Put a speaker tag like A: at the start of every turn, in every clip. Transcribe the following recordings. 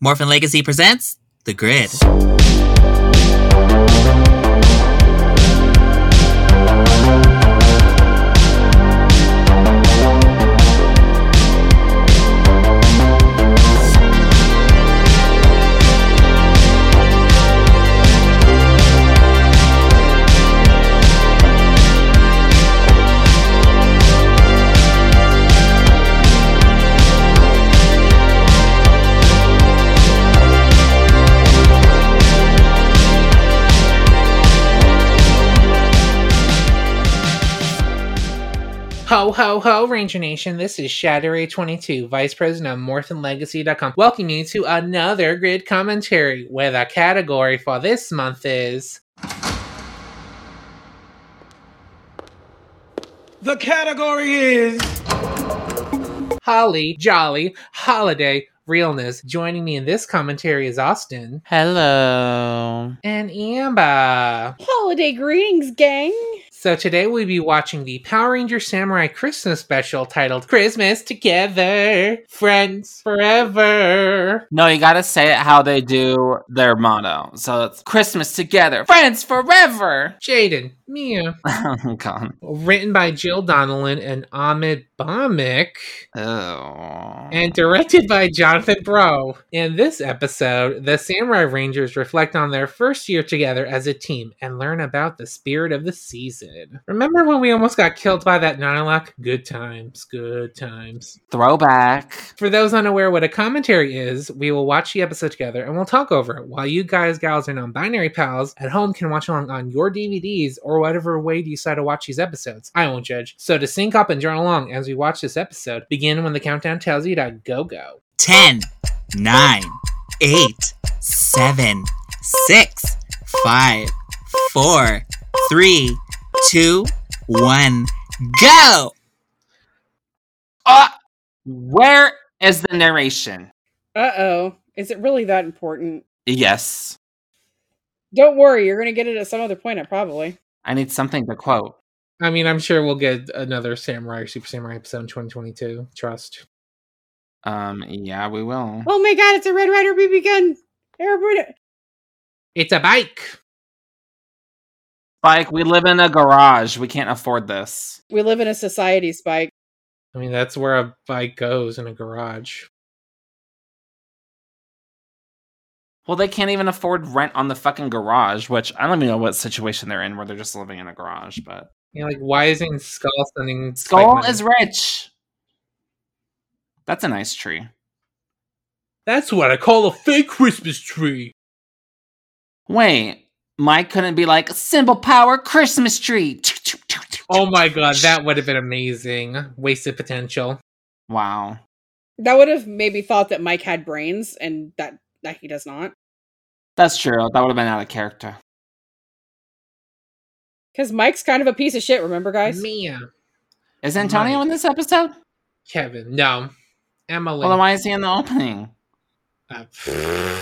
A: Morphin Legacy presents The Grid.
B: Ho, ho, ho, Ranger Nation. This is Shatteray22, Vice President of MorphinLegacy.com, welcoming you to another grid commentary where the category for this month is.
C: The category is
B: Holly, Jolly, Holiday, Realness. Joining me in this commentary is Austin
A: Hello.
B: and Amber.
D: Holiday greetings, gang.
B: So today we'll be watching the Power Ranger Samurai Christmas special titled Christmas Together, Friends Forever.
E: No, you gotta say it how they do their motto. So it's Christmas together, friends forever.
B: Jaden, Mia,
E: oh god.
B: written by Jill Donnellan and Ahmed Bamek,
E: Oh.
B: and directed by Jonathan Bro. In this episode, the Samurai Rangers reflect on their first year together as a team and learn about the spirit of the season. Remember when we almost got killed by that Nihilok? Good times, good times.
E: Throwback.
B: For those unaware what a commentary is, we will watch the episode together and we'll talk over it while you guys, gals, and non binary pals at home can watch along on your DVDs or whatever way you decide to watch these episodes. I won't judge. So to sync up and join along as we watch this episode, begin when the countdown tells you to go go.
A: 10, 9, 8, 7, 6, 5, 4, 3, 2, 1, go!
E: Uh, where is the narration?
D: Uh oh. Is it really that important?
E: Yes.
D: Don't worry, you're going to get it at some other point, I probably.
E: I need something to quote.
B: I mean, I'm sure we'll get another Samurai or Super Samurai episode in 2022. Trust.
E: Um, yeah, we will.
D: Oh my god, it's a Red Rider BB gun. Everybody.
B: It's a bike.
E: Spike, we live in a garage. We can't afford this.
D: We live in a society, Spike.
B: I mean, that's where a bike goes in a garage.
E: Well, they can't even afford rent on the fucking garage, which I don't even know what situation they're in where they're just living in a garage, but
B: You know, like, why isn't Skull sending Spike
E: Skull
B: money?
E: is rich. That's a nice tree.
B: That's what I call a fake Christmas tree.
E: Wait, Mike couldn't be like symbol power Christmas tree.
B: Oh my god, that would have been amazing. Wasted potential.
E: Wow.
D: That would have maybe thought that Mike had brains and that, that he does not.
E: That's true. That would have been out of character.
D: Because Mike's kind of a piece of shit, remember, guys?
B: Mia,
E: Is Antonio
B: Mike.
E: in this episode?
B: Kevin, no, Emily.
E: Well, then why is he in the opening?
B: Uh,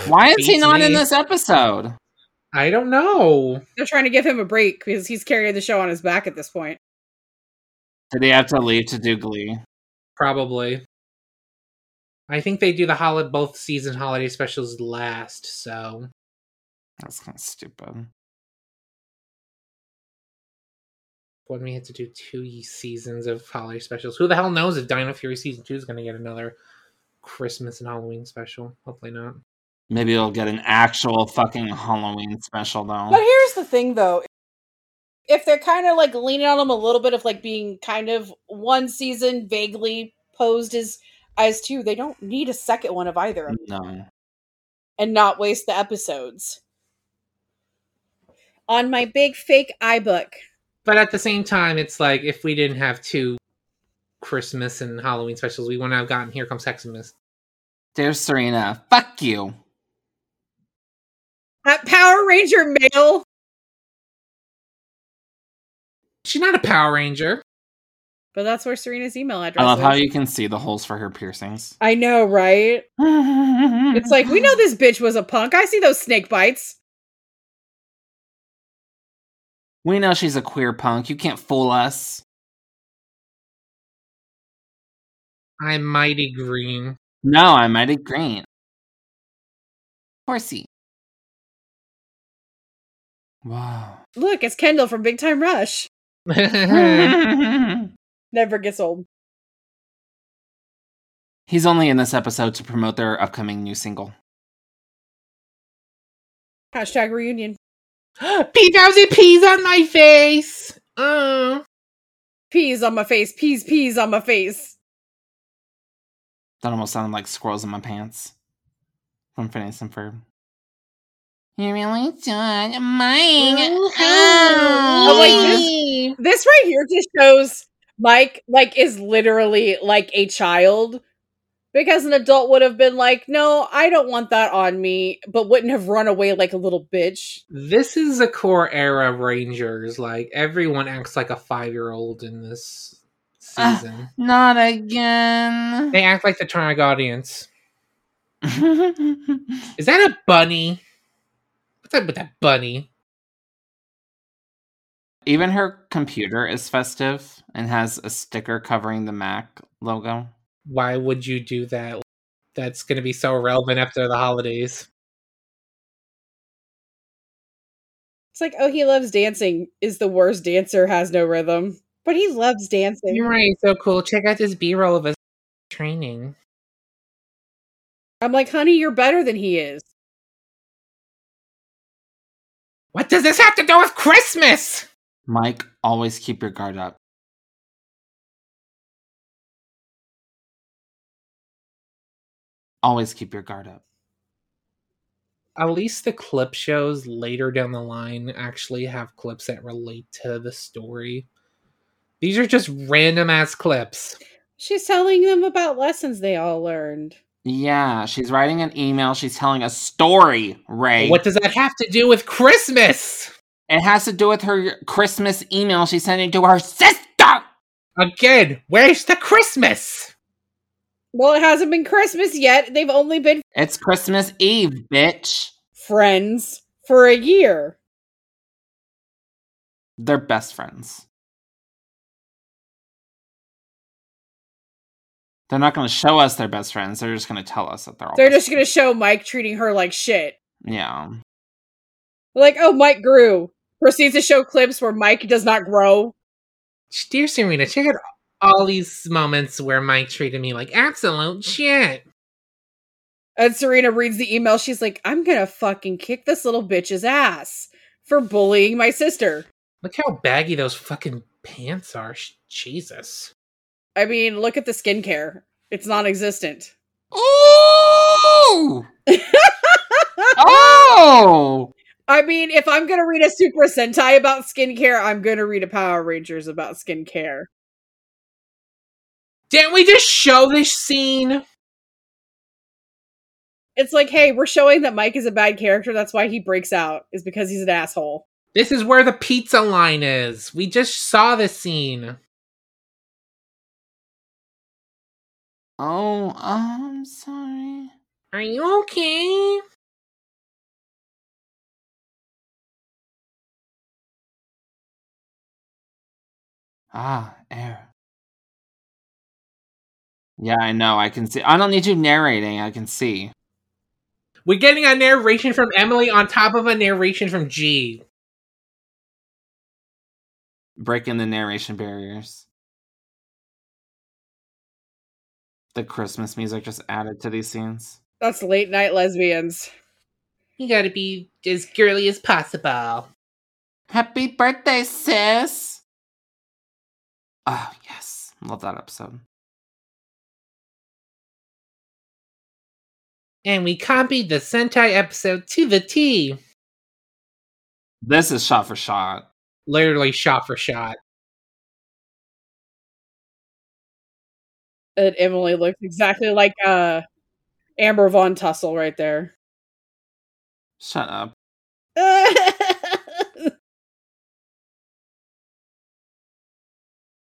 E: Why is he
B: Beats
E: not in
B: me.
E: this episode?
B: I don't know.
D: They're trying to give him a break because he's carrying the show on his back at this point.
E: Did he have to leave to do Glee?
B: Probably. I think they do the holiday both season holiday specials last. So
E: That's kind of stupid.
B: when we had to do two seasons of holiday specials, who the hell knows if Dino Fury season two is going to get another Christmas and Halloween special? Hopefully not.
E: Maybe it'll get an actual fucking Halloween special
D: But
E: though.
D: here's the thing, though. If they're kind of like leaning on him a little bit of like being kind of one season vaguely posed as as two, they don't need a second one of either of them
E: No.
D: and not waste the episodes. On my big fake iBook.
B: But at the same time, it's like if we didn't have two Christmas and Halloween specials, we wouldn't have gotten Here Comes Hexamus.
E: Dear Serena, fuck you.
D: That Power Ranger mail.
B: She's not a Power Ranger.
D: But that's where Serena's email address
E: I love
D: is.
E: how you can see the holes for her piercings.
D: I know, right? It's
E: it's
D: like we know this bitch was a punk. I see those snake bites.
E: We know she's a queer punk. You can't fool us.
B: I'm Mighty Green.
E: No, I'm Mighty Green. Horsey. Wow.
D: Look, it's Kendall from Big Time Rush.
B: Uh,
D: Never gets old.
E: He's only in this episode to promote their upcoming new single.
D: Hashtag reunion.
B: P thousand P's on my face. Oh.
D: Peas on my face. Peas, peas on my face.
E: That almost sounded like squirrels in my pants from Phineas and Ferb. You really don't mind.
D: Oh, like this- This right here just shows Mike like is literally like a child. Because an adult would have been like, no, I don't want that on me, but wouldn't have run away like a little bitch.
B: This is a core era Rangers. Like everyone acts like a five year old in this
E: Ah.
B: season.
E: Not again.
B: they act like the Tarnic audience. Is that a bunny? What's up with that bunny?
E: Even her computer is festive and has a sticker covering the Mac logo.
B: Why would you do that? That's going to be so relevant after the holidays.
D: It's like, oh, he loves dancing, is the worst dancer, has no rhythm. But he loves dancing.
B: You're right, so cool. Check out this B roll of us training.
D: I'm like, honey, you're better than he is.
B: What does this have to do with Christmas?
E: Mike, always keep your guard up. Always keep your guard up.
B: At least the clip shows later down the line actually have clips that relate to the story. These are just random ass clips.
D: She's telling them about lessons they all learned.
E: Yeah, she's writing an email. She's telling a story, Ray.
B: What does that have to do with Christmas?
E: It has to do with her Christmas email she's sending to her sister.
B: Again, where's the Christmas?
D: Well, it hasn't been Christmas yet. They've only been
E: It's Christmas Eve, bitch.
D: friends for a year.
E: They're best friends. They're not going to show us they're best friends. They're just going to tell us that they're all.
D: They're
E: best
D: just going to show Mike treating her like shit.
E: friends. Yeah.
D: Like, oh, Mike grew. Proceeds to show clips where Mike does not grow.
B: Dear Serena, check out all these moments where Mike treated me like absolute shit.
D: And Serena reads the email. She's like, I'm going to fucking kick this little bitch's ass for bullying my sister.
B: Look how baggy those fucking pants are. Sh- Jesus.
D: I mean, look at the skincare. It's non existent.
E: Ooh! oh!
D: I mean, if I'm gonna read a Super Sentai about skincare, I'm gonna read a Power Rangers about skincare.
B: Didn't we just show this scene?
D: It's like, hey, we're showing that Mike is a bad character. That's why he breaks out, is because he's an asshole.
B: This is where the pizza line is. We just saw this scene.
E: Oh, I'm sorry.
B: Are you okay?
E: Ah, air. Yeah, I know. I can see. I don't need you narrating. I can see.
B: We're getting a narration from Emily on top of a narration from G.
E: Breaking the narration barriers. The Christmas music just added to these scenes.
D: That's late night lesbians.
B: You gotta be as girly as possible.
E: Happy birthday, sis! Oh, yes. Love that episode.
B: And we copied the Sentai episode to the T.
E: This is shot for shot.
B: Literally shot for shot.
D: And Emily looks exactly like uh Amber Von Tussle right there.
E: Shut up.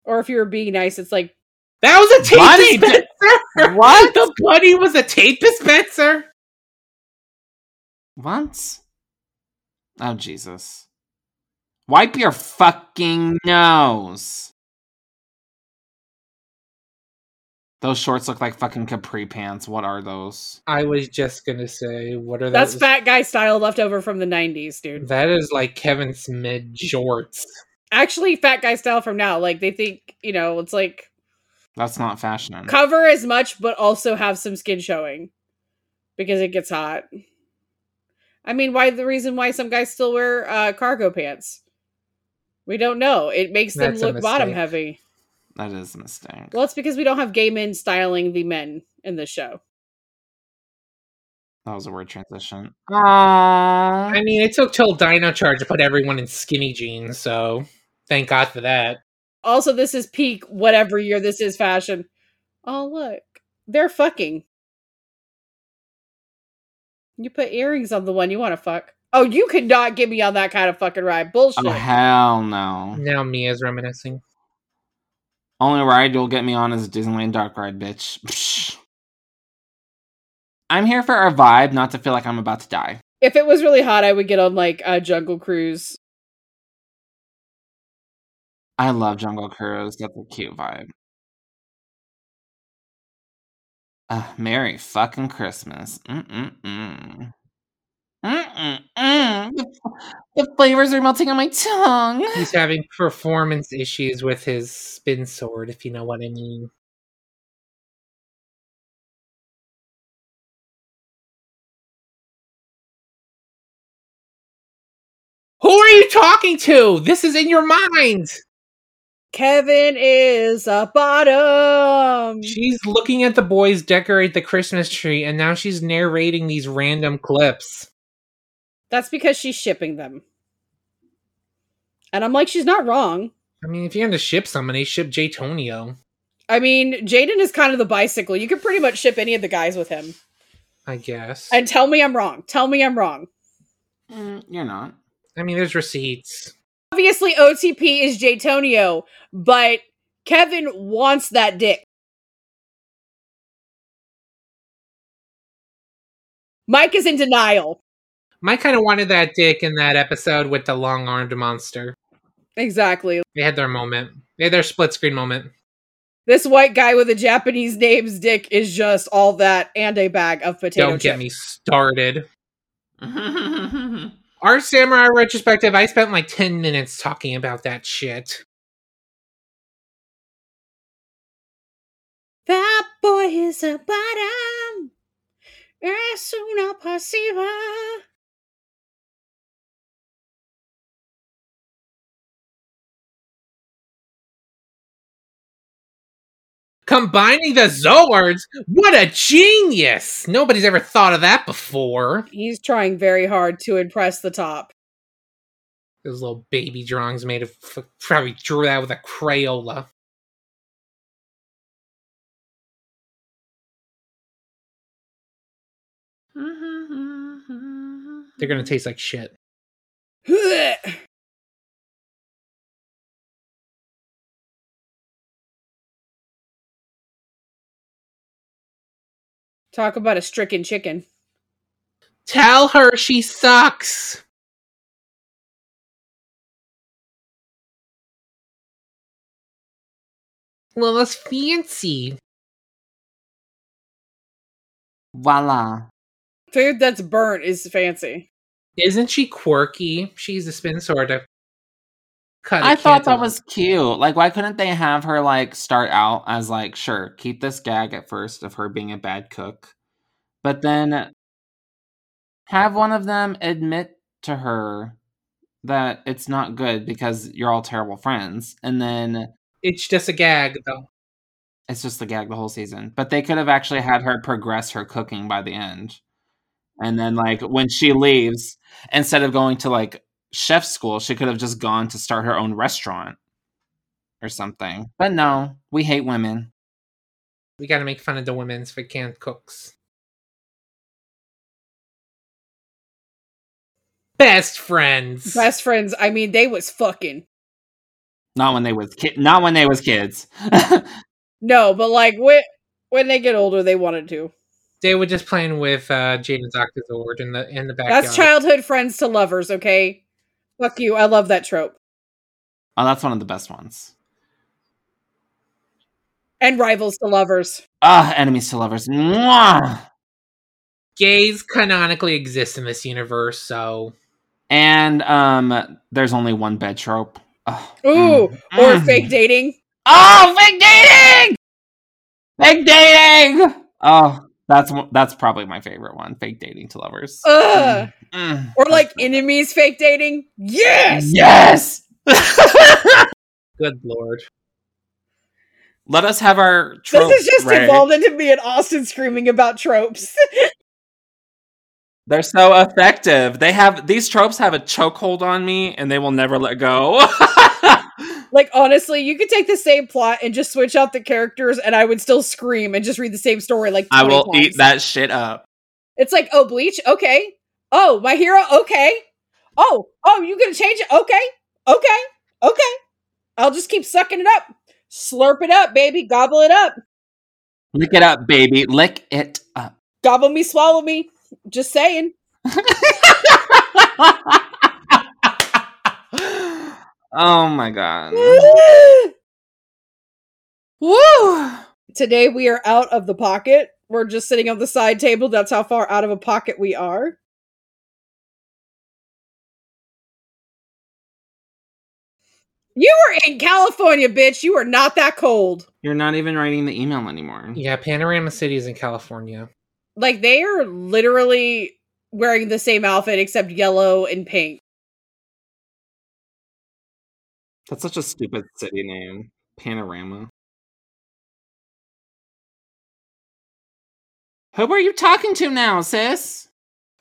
D: or if you're being nice, it's like
B: That was a tape
E: Bunny
B: dispenser.
E: What?
B: The bunny was a tape dispenser.
E: What? Oh, Jesus. Wipe your fucking nose. Those shorts look like fucking capri pants. What are those?
B: I was just gonna say, what are
D: That's
B: those?
D: fat guy style left over from the 90s, dude.
B: That is like Kevin Smith shorts.
D: Actually, fat guy style from now. Like, they think, you know, it's like
E: That's not fashion.
D: cover as much, but also have some skin showing because it gets hot. I mean, why the reason why some guys still wear uh, cargo pants? We don't know. It makes them
B: That's a
D: look bottom
B: mistake.
D: heavy.
E: That is a mistake.
D: Well, it's because we don't have gay men styling the men in this show.
E: That was a weird transition. Aww.
B: I mean, it took till Dino Charge to put everyone in skinny jeans, so thank God for that.
D: Also, this is peak whatever year this is fashion. Oh, look. They're fucking. You put earrings on the one you want to fuck. Oh, you could not get me on that kind of fucking ride. Bullshit.
E: Oh hell no!
B: Now Mia's reminiscing.
E: Only ride you'll get me on is Disneyland Dark Ride, bitch. Psh. I'm here for our vibe, not to feel like I'm about to die.
D: if it was really hot, I would get on like a jungle cruise.
E: I love Jungle Cruise. That's a cute vibe. Uh, Merry fucking Christmas. Mm-mm-mm. Mm-mm-mm. The, the flavors are melting on my tongue.
B: He's having performance issues with his spin sword, if you know what I mean. Who are you talking to? This is in your mind.
D: Kevin is a bottom.
B: She's looking at the boys decorate the Christmas tree, and now she's narrating these random clips.
D: That's because she's shipping them. And I'm like, she's not wrong.
B: I mean, if you're gonna ship somebody, ship Jaytonio.
D: I mean, Jaden is kind of the bicycle. You can pretty much ship any of the guys with him.
B: I guess.
D: And tell me I'm wrong. Tell me I'm wrong.
E: Mm, you're not.
B: I mean, there's receipts.
D: Obviously, OTP is Jaytonio, but Kevin wants that dick. Mike is in denial.
B: Mike kind of wanted that dick in that episode with the long armed monster.
D: Exactly.
B: They had their moment. They had their split screen moment.
D: This white guy with a Japanese name's dick is just all that and a bag of potato
B: Don't get
D: chips.
B: me started. Our samurai retrospective, I spent like 10 minutes talking about that shit.
D: That boy is a bottom. Es una pasiva.
B: Combining the Zoards? What a genius! Nobody's ever thought of that before.
D: He's trying very hard to impress the top.
B: Those little baby drawings made of f- probably drew that with a Crayola. They're gonna taste like shit.
D: Talk about a stricken chicken.
B: Tell her she sucks. Well, that's fancy.
E: Voila.
D: Food that's burnt is fancy.
B: Isn't she quirky? She's a spin sort of. Cut a
E: I thought that
B: candle.
E: was cute. Like, why couldn't they have her like start out as like, sure, keep this gag at first of her being a bad cook, but then have one of them admit to her that it's not good because you're all terrible friends, and then
B: It's just a gag, though.
E: it's just the gag the whole season. But they could have actually had her progress her cooking by the end, and then like when she leaves, instead of going to like chef school, she could have just gone to start her own restaurant or something. But no, we hate women.
B: We gotta make fun of the women's if we can't cooks. Best friends.
D: Best friends, I mean, they was fucking.
E: Not when they was ki- not when they was kids. Oh,
D: No, but like when when they get older, they wanted to.
B: they were just playing with uh, Jaden's Octazord in the in the backyard.
D: That's childhood friends to lovers, okay? Fuck you. I love that trope.
E: oh, that's one of the best ones.
D: and rivals to lovers.
E: Ah, enemies to lovers. Mwah!
B: Gays canonically exist in this universe, so
E: And um, there's only one bed trope. Ugh.
D: Ooh,
E: Mm.
D: or
E: Mm.
D: fake dating.
E: Oh, fake dating! Fake dating! Oh, that's one- that's probably my favorite one. Fake dating to lovers.
D: Ugh.
E: Mm,
D: Or
E: that's
D: like
E: my-
D: enemies fake dating. Yes.
E: Yes.
B: good lord.
E: Let us have our tropes.
D: This has just
E: Ray.
D: evolved into me and Austin screaming about tropes.
E: They're so effective. They have these tropes have a chokehold on me, and they will never let go.
D: like honestly, you could take the same plot and just switch out the characters, and I would still scream and just read the same story. Like
E: I
D: 20
E: will eat
D: times.
E: that shit up.
D: It's like, oh, Bleach, okay. Oh, my hero, okay. Oh, oh, you gonna change it? Okay, okay, okay. I'll just keep sucking it up, slurp it up, baby, gobble it up,
E: Lick it up, baby. Lick it up.
D: gobble me, swallow me. Just saying.
E: oh my god. Woo!
D: Today we are out of the pocket. We're just sitting on the side table. That's how far out of a pocket we are. You were in California, bitch. You were not that cold.
E: You're not even writing the email anymore.
B: Yeah, Panorama City is in California.
D: Like they are literally wearing the same outfit except yellow and pink.
E: That's such a stupid city name. Panorama. Who are you talking to now, sis?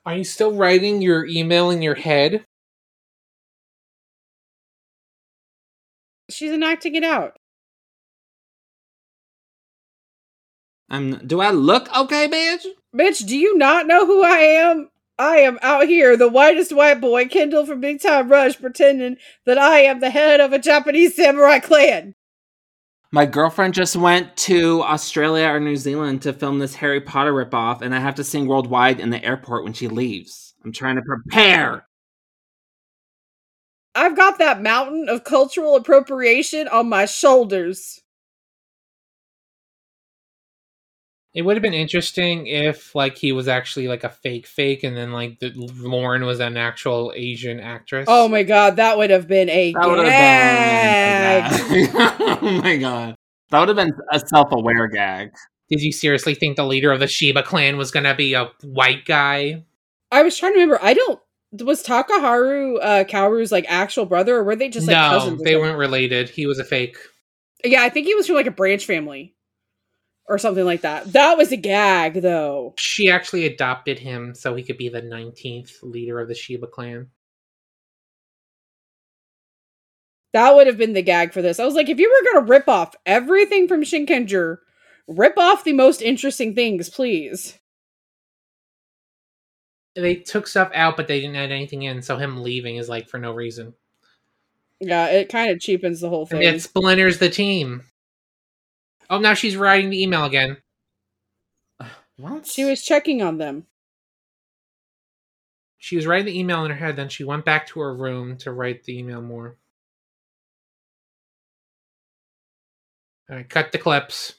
B: Are you still writing your email in your head?
D: She's enacting it out.
E: I'm. Do I look okay, bitch?
D: Bitch, do you not know who I am? I am out here, the whitest white boy, Kendall from Big Time Rush, pretending that I am the head of a Japanese samurai clan.
E: My girlfriend just went to Australia or New Zealand to film this Harry Potter ripoff, and I have to sing worldwide in the airport when she leaves. I'm trying to prepare.
D: I've got that mountain of cultural appropriation on my shoulders.
B: It would have been interesting if like he was actually like a fake fake and then like the, Lauren was an actual Asian actress.
D: Oh my god, that would have been a
E: That would
D: gag.
E: have been. a gag. oh my god. That would have been a self-aware gag.
B: Did you seriously think the leader of the Shiba clan was gonna be a white guy?
D: I was trying to remember. I don't. Was Takaharu uh, Kaoru's like actual brother, or were they just like
B: no,
D: cousins? or
B: they
D: something?
B: weren't related. He was a fake.
D: Yeah, I think he was from like a branch family, or something like that. That was a gag, though.
B: She actually adopted him so he could be the 19th leader of the Shiba clan.
D: That would have been the gag for this. I was like, if you were gonna rip off everything from Shinkenger, rip off the most interesting things, please.
B: They took stuff out, but they didn't add anything in, so him leaving is like for no reason.
D: Yeah, it kind of cheapens the whole
B: And
D: thing.
B: it splinters the team. Oh, now she's writing the email again.
E: What?
D: She was checking on them.
B: She was writing the email in her head, then she went back to her room to write the email more. All right, cut the clips.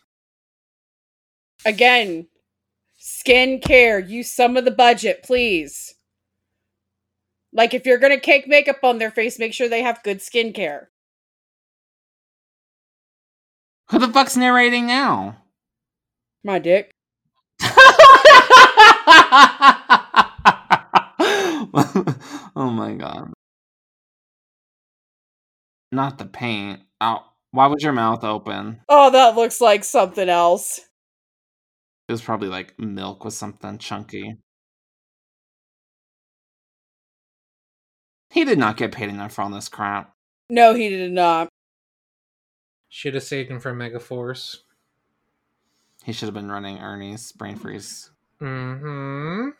D: Again, skin care. Use some of the budget, please. Like if you're gonna cake makeup on their face, make sure they have good skincare.
E: Who the fuck's narrating now?
D: My dick.
E: oh my god. Not the paint. Ow. Why was your mouth open?
D: Oh, that looks like something else.
E: It was probably like milk with something chunky. He did not get paid enough for all this crap.
D: No, he did not.
B: Should have saved him for Megaforce.
E: He should have been running Ernie's brain freeze,
B: Mm-hmm.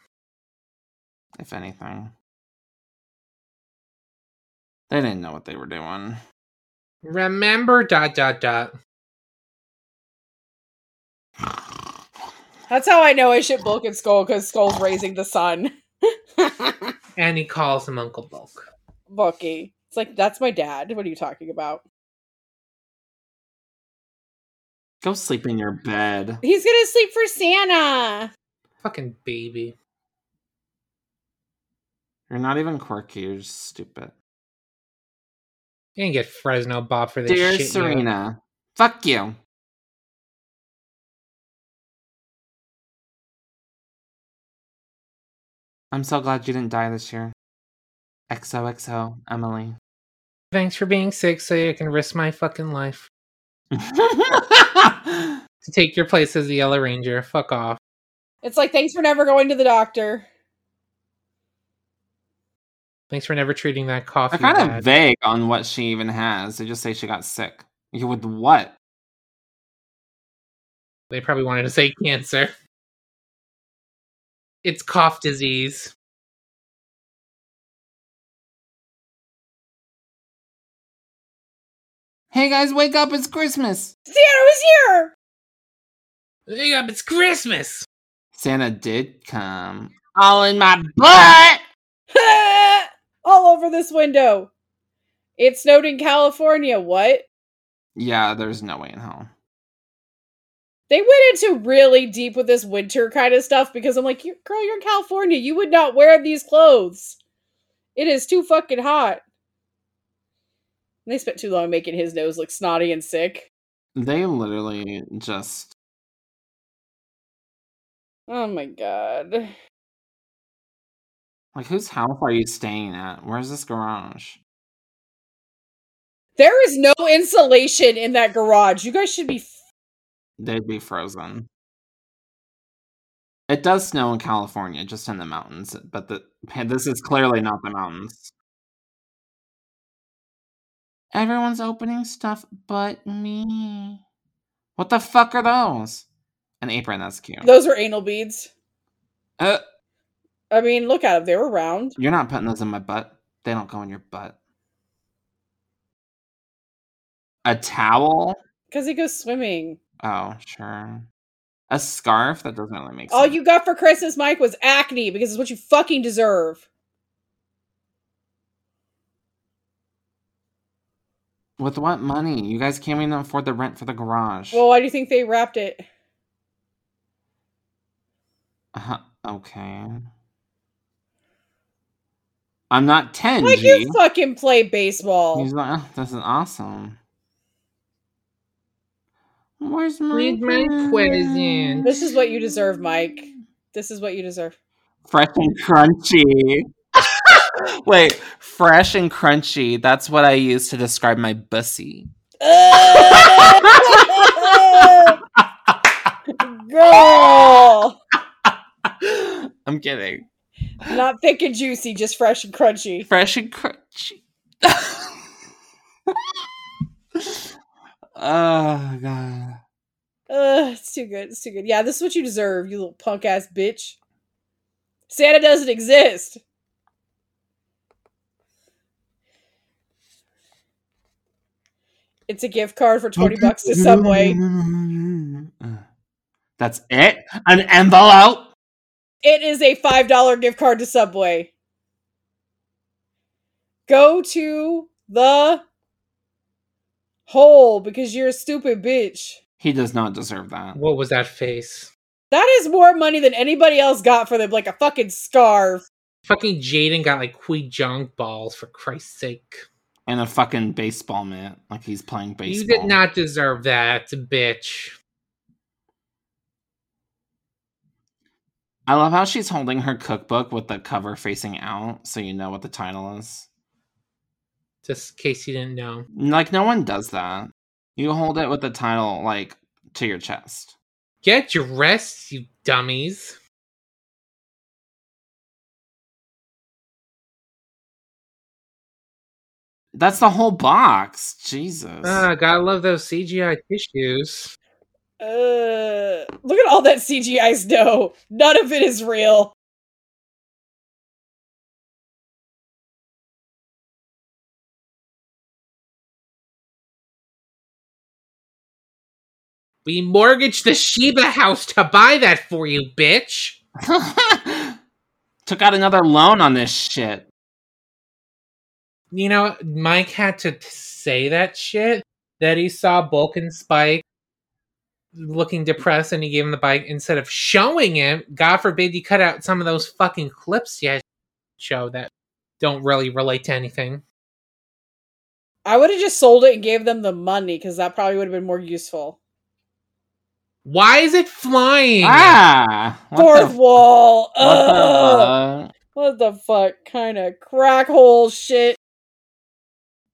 E: if anything. They didn't know what they were doing.
B: Remember dot dot dot.
D: That's how I know I ship Bulk and Skull because Skull's raising the sun.
B: And he calls him Uncle Bulk.
D: Bulky. It's like that's my dad. What are you talking about?
E: Go sleep in your bed.
D: He's gonna sleep for Santa.
B: Fucking baby.
E: You're not even quirky. You're just stupid.
B: You didn't get Fresno Bob for this
E: Dear
B: shit. You.
E: Serena, fuck you. I'm so glad you didn't die this year. XOXO, Emily.
B: Thanks for being sick so you can risk my fucking life
E: That's
B: to take your place as the Yellow Ranger. Fuck off.
D: It's like thanks for never going to the doctor.
B: Thanks for never treating that coffee.
E: kind
B: bad.
E: of vague on what she even has. They just say she got sick. Yeah, With what?
B: They probably wanted to say cancer. It's cough disease.
E: Hey guys, wake up! It's Christmas.
D: Santa was here.
B: Yeah, it's Christmas.
E: Santa did come. All in my butt.
D: All over this window. It snowed in California. What?
E: Yeah, there's no way in hell.
D: They went into really deep with this winter kind of stuff because I'm like, "You- girl, you're in California. You would not wear these clothes. It is too fucking hot. And They spent too long making his nose look snotty and sick.
E: They literally just
D: Oh my god.
E: Like, whose house are you staying at? Where's this garage?
D: There is no insulation in that garage. You guys should be. F-
E: They'd be frozen. It does snow in California, just in the mountains, but the this is clearly not the mountains. Everyone's opening stuff but me. What the fuck are those? An apron, that's cute.
D: Those are anal beads.
E: Uh,
D: I mean, look at them. They were round.
E: you're not putting those in my butt. They don't go in your butt. A towel?
D: Because he goes swimming.
E: Oh, sure. A scarf? That doesn't really make sense.
D: All Oh, you got for Christmas, Mike, was acne because it's what you fucking deserve.
E: With what money? You guys can't even afford the rent for the garage.
D: Well, why do you think they wrapped it?
E: Uh-huh, Okay. I'm not 10,
D: Like
E: G.
D: you fucking play baseball.
E: He's like, "Oh, this is awesome. Where's my,
B: Where's my present?
D: This is what you deserve, Mike. This is what you deserve.
E: Fresh and crunchy. Wait, fresh and crunchy. That's what I use to describe my bussy.
D: Girl.
E: I'm kidding.
D: Not thick and juicy, just fresh and crunchy.
E: fresh and crunchy. oh god.
D: Ugh, it's too good. It's too good. Yeah, this is what you deserve, you little punk ass bitch. Santa doesn't exist. It's a gift card for 20 bucks to Subway.
E: That's it? An envelope?
D: It is a $5 gift card to Subway. Go to the hole because you're a stupid bitch.
E: He does not deserve that.
B: What was that face?
D: That is more money than anybody else got for them, like a fucking scarf.
B: Fucking Jaden got like Kui Jong balls for Christ's sake.
E: And a fucking baseball mitt. Like he's playing baseball.
B: You did not deserve that, bitch.
E: I love how she's holding her cookbook with the cover facing out, so you know what the title is.
B: Just in case you didn't know.
E: Like no one does that. You hold it with the title like to your chest.
B: Get dressed, you dummies.
E: That's the whole box. Jesus.
B: Ah, gotta love those CGI tissues.
D: Uh, look at all that CGI snow. None of it is real.
B: We mortgaged the Sheba house to buy that for you, bitch.
E: Took out another loan on this shit.
B: You know, Mike had to t- say that shit that he saw Bulk and Spike looking depressed and he gave him the bike instead of showing him. God forbid you cut out some of those fucking clips you show that don't really relate to anything.
D: I would have just sold it and gave them the money because that probably would have been more useful.
B: Why is it flying?
E: Ah, what
D: Fourth
E: the-
D: wall.
E: what the
D: Ugh.
E: fuck?
D: What the fuck kind of crack hole shit?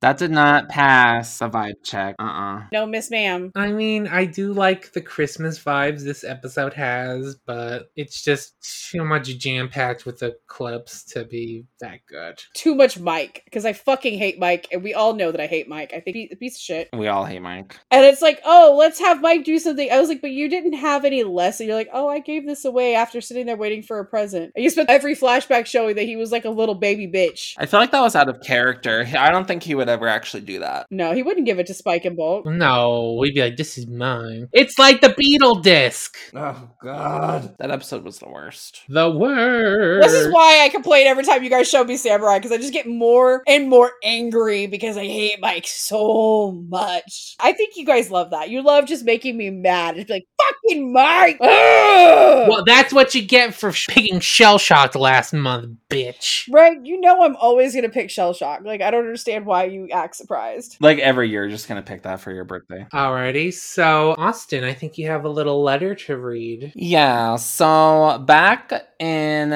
E: That did not pass a vibe check. Uh uh
D: No, Miss Ma'am.
B: I mean, I do like the Christmas vibes this episode has, but it's just too much jam packed with the clips to be that good.
D: Too much Mike because I fucking hate Mike, and we all know that I hate Mike. I think he's a piece of shit.
E: We all hate Mike.
D: And it's like, oh, let's have Mike do something. I was like, but you didn't have any less. And you're like, oh, I gave this away after sitting there waiting for a present. And you spent every flashback showing that he was like a little baby bitch.
E: I feel like that was out of character. I don't think he would ever actually do that.
D: No, he wouldn't give it to Spike and Bolt.
B: No, we'd be like, this is mine. It's like the Beatle disc.
E: Oh god. That episode was the worst.
B: The word.
D: This is why I complain every time you guys show me Samurai because I just get more and more angry because I hate Mike so much. I think you guys love that. You love just making me mad. It's like fucking Mike. Ugh!
B: Well, that's what you get for sh- picking shell shocked last month, bitch.
D: Right, you know I'm always gonna pick Shell Shock. Like I don't understand why you act surprised.
E: Like every year, you're just gonna pick that for your birthday.
B: Alrighty, so Austin, I think you have a little letter to read.
E: Yeah, so back in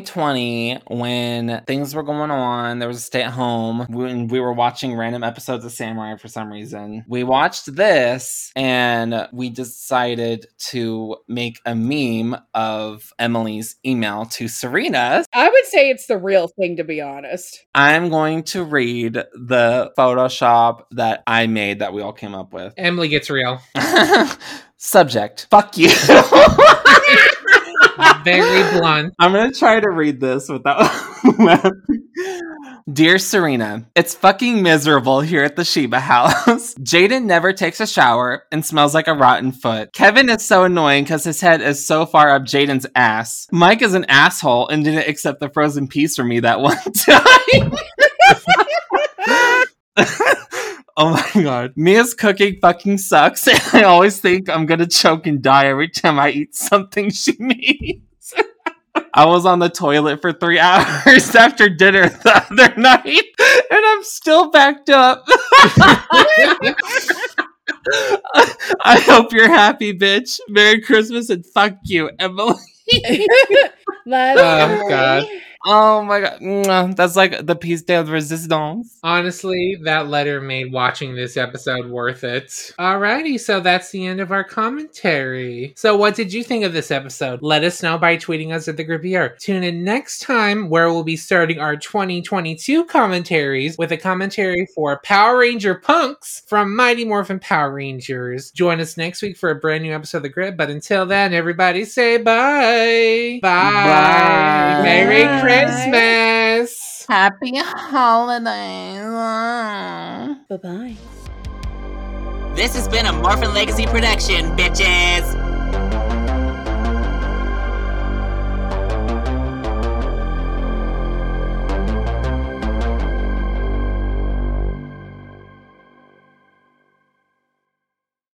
E: 2020, when things were going on, there was a stay at home, when we were watching random episodes of Samurai for some reason. We watched this and we decided to make a meme of Emily's email to Serena.
D: I would say it's the real thing to be honest.
E: I'm going to read the Photoshop that I made that we all came up with.
B: Emily gets real.
E: Subject, fuck you.
B: Very blunt.
E: I'm gonna try to read this without laughing. Dear Serena, it's fucking miserable here at the Sheba house. Jaden never takes a shower and smells like a rotten foot. Kevin is so annoying because his head is so far up Jaden's ass. Mike is an asshole and didn't accept the frozen piece from me that one time. oh my god. Mia's cooking fucking sucks, and I always think I'm gonna choke and die every time I eat something she made. I was on the toilet for three hours after dinner the other night, and I'm still backed up. I hope you're happy, bitch. Merry Christmas and fuck you, Emily.
D: Love
B: Oh,
D: you.
B: God.
E: Oh my god, Mwah. that's like the piece de resistance.
B: Honestly, that letter made watching this episode worth it. Alrighty, so that's the end of our commentary. So, what did you think of this episode? Let us know by tweeting us at the Groupier. Tune in next time where we'll be starting our 2022 commentaries with a commentary for Power Ranger Punks from Mighty Morphin Power Rangers. Join us next week for a brand new episode of The Grid, but until then, everybody say bye. Bye.
E: Bye.
B: Merry
D: Bye.
B: Christmas.
E: Happy holidays.
D: Bye bye.
A: This has been a Morphin Legacy production, bitches.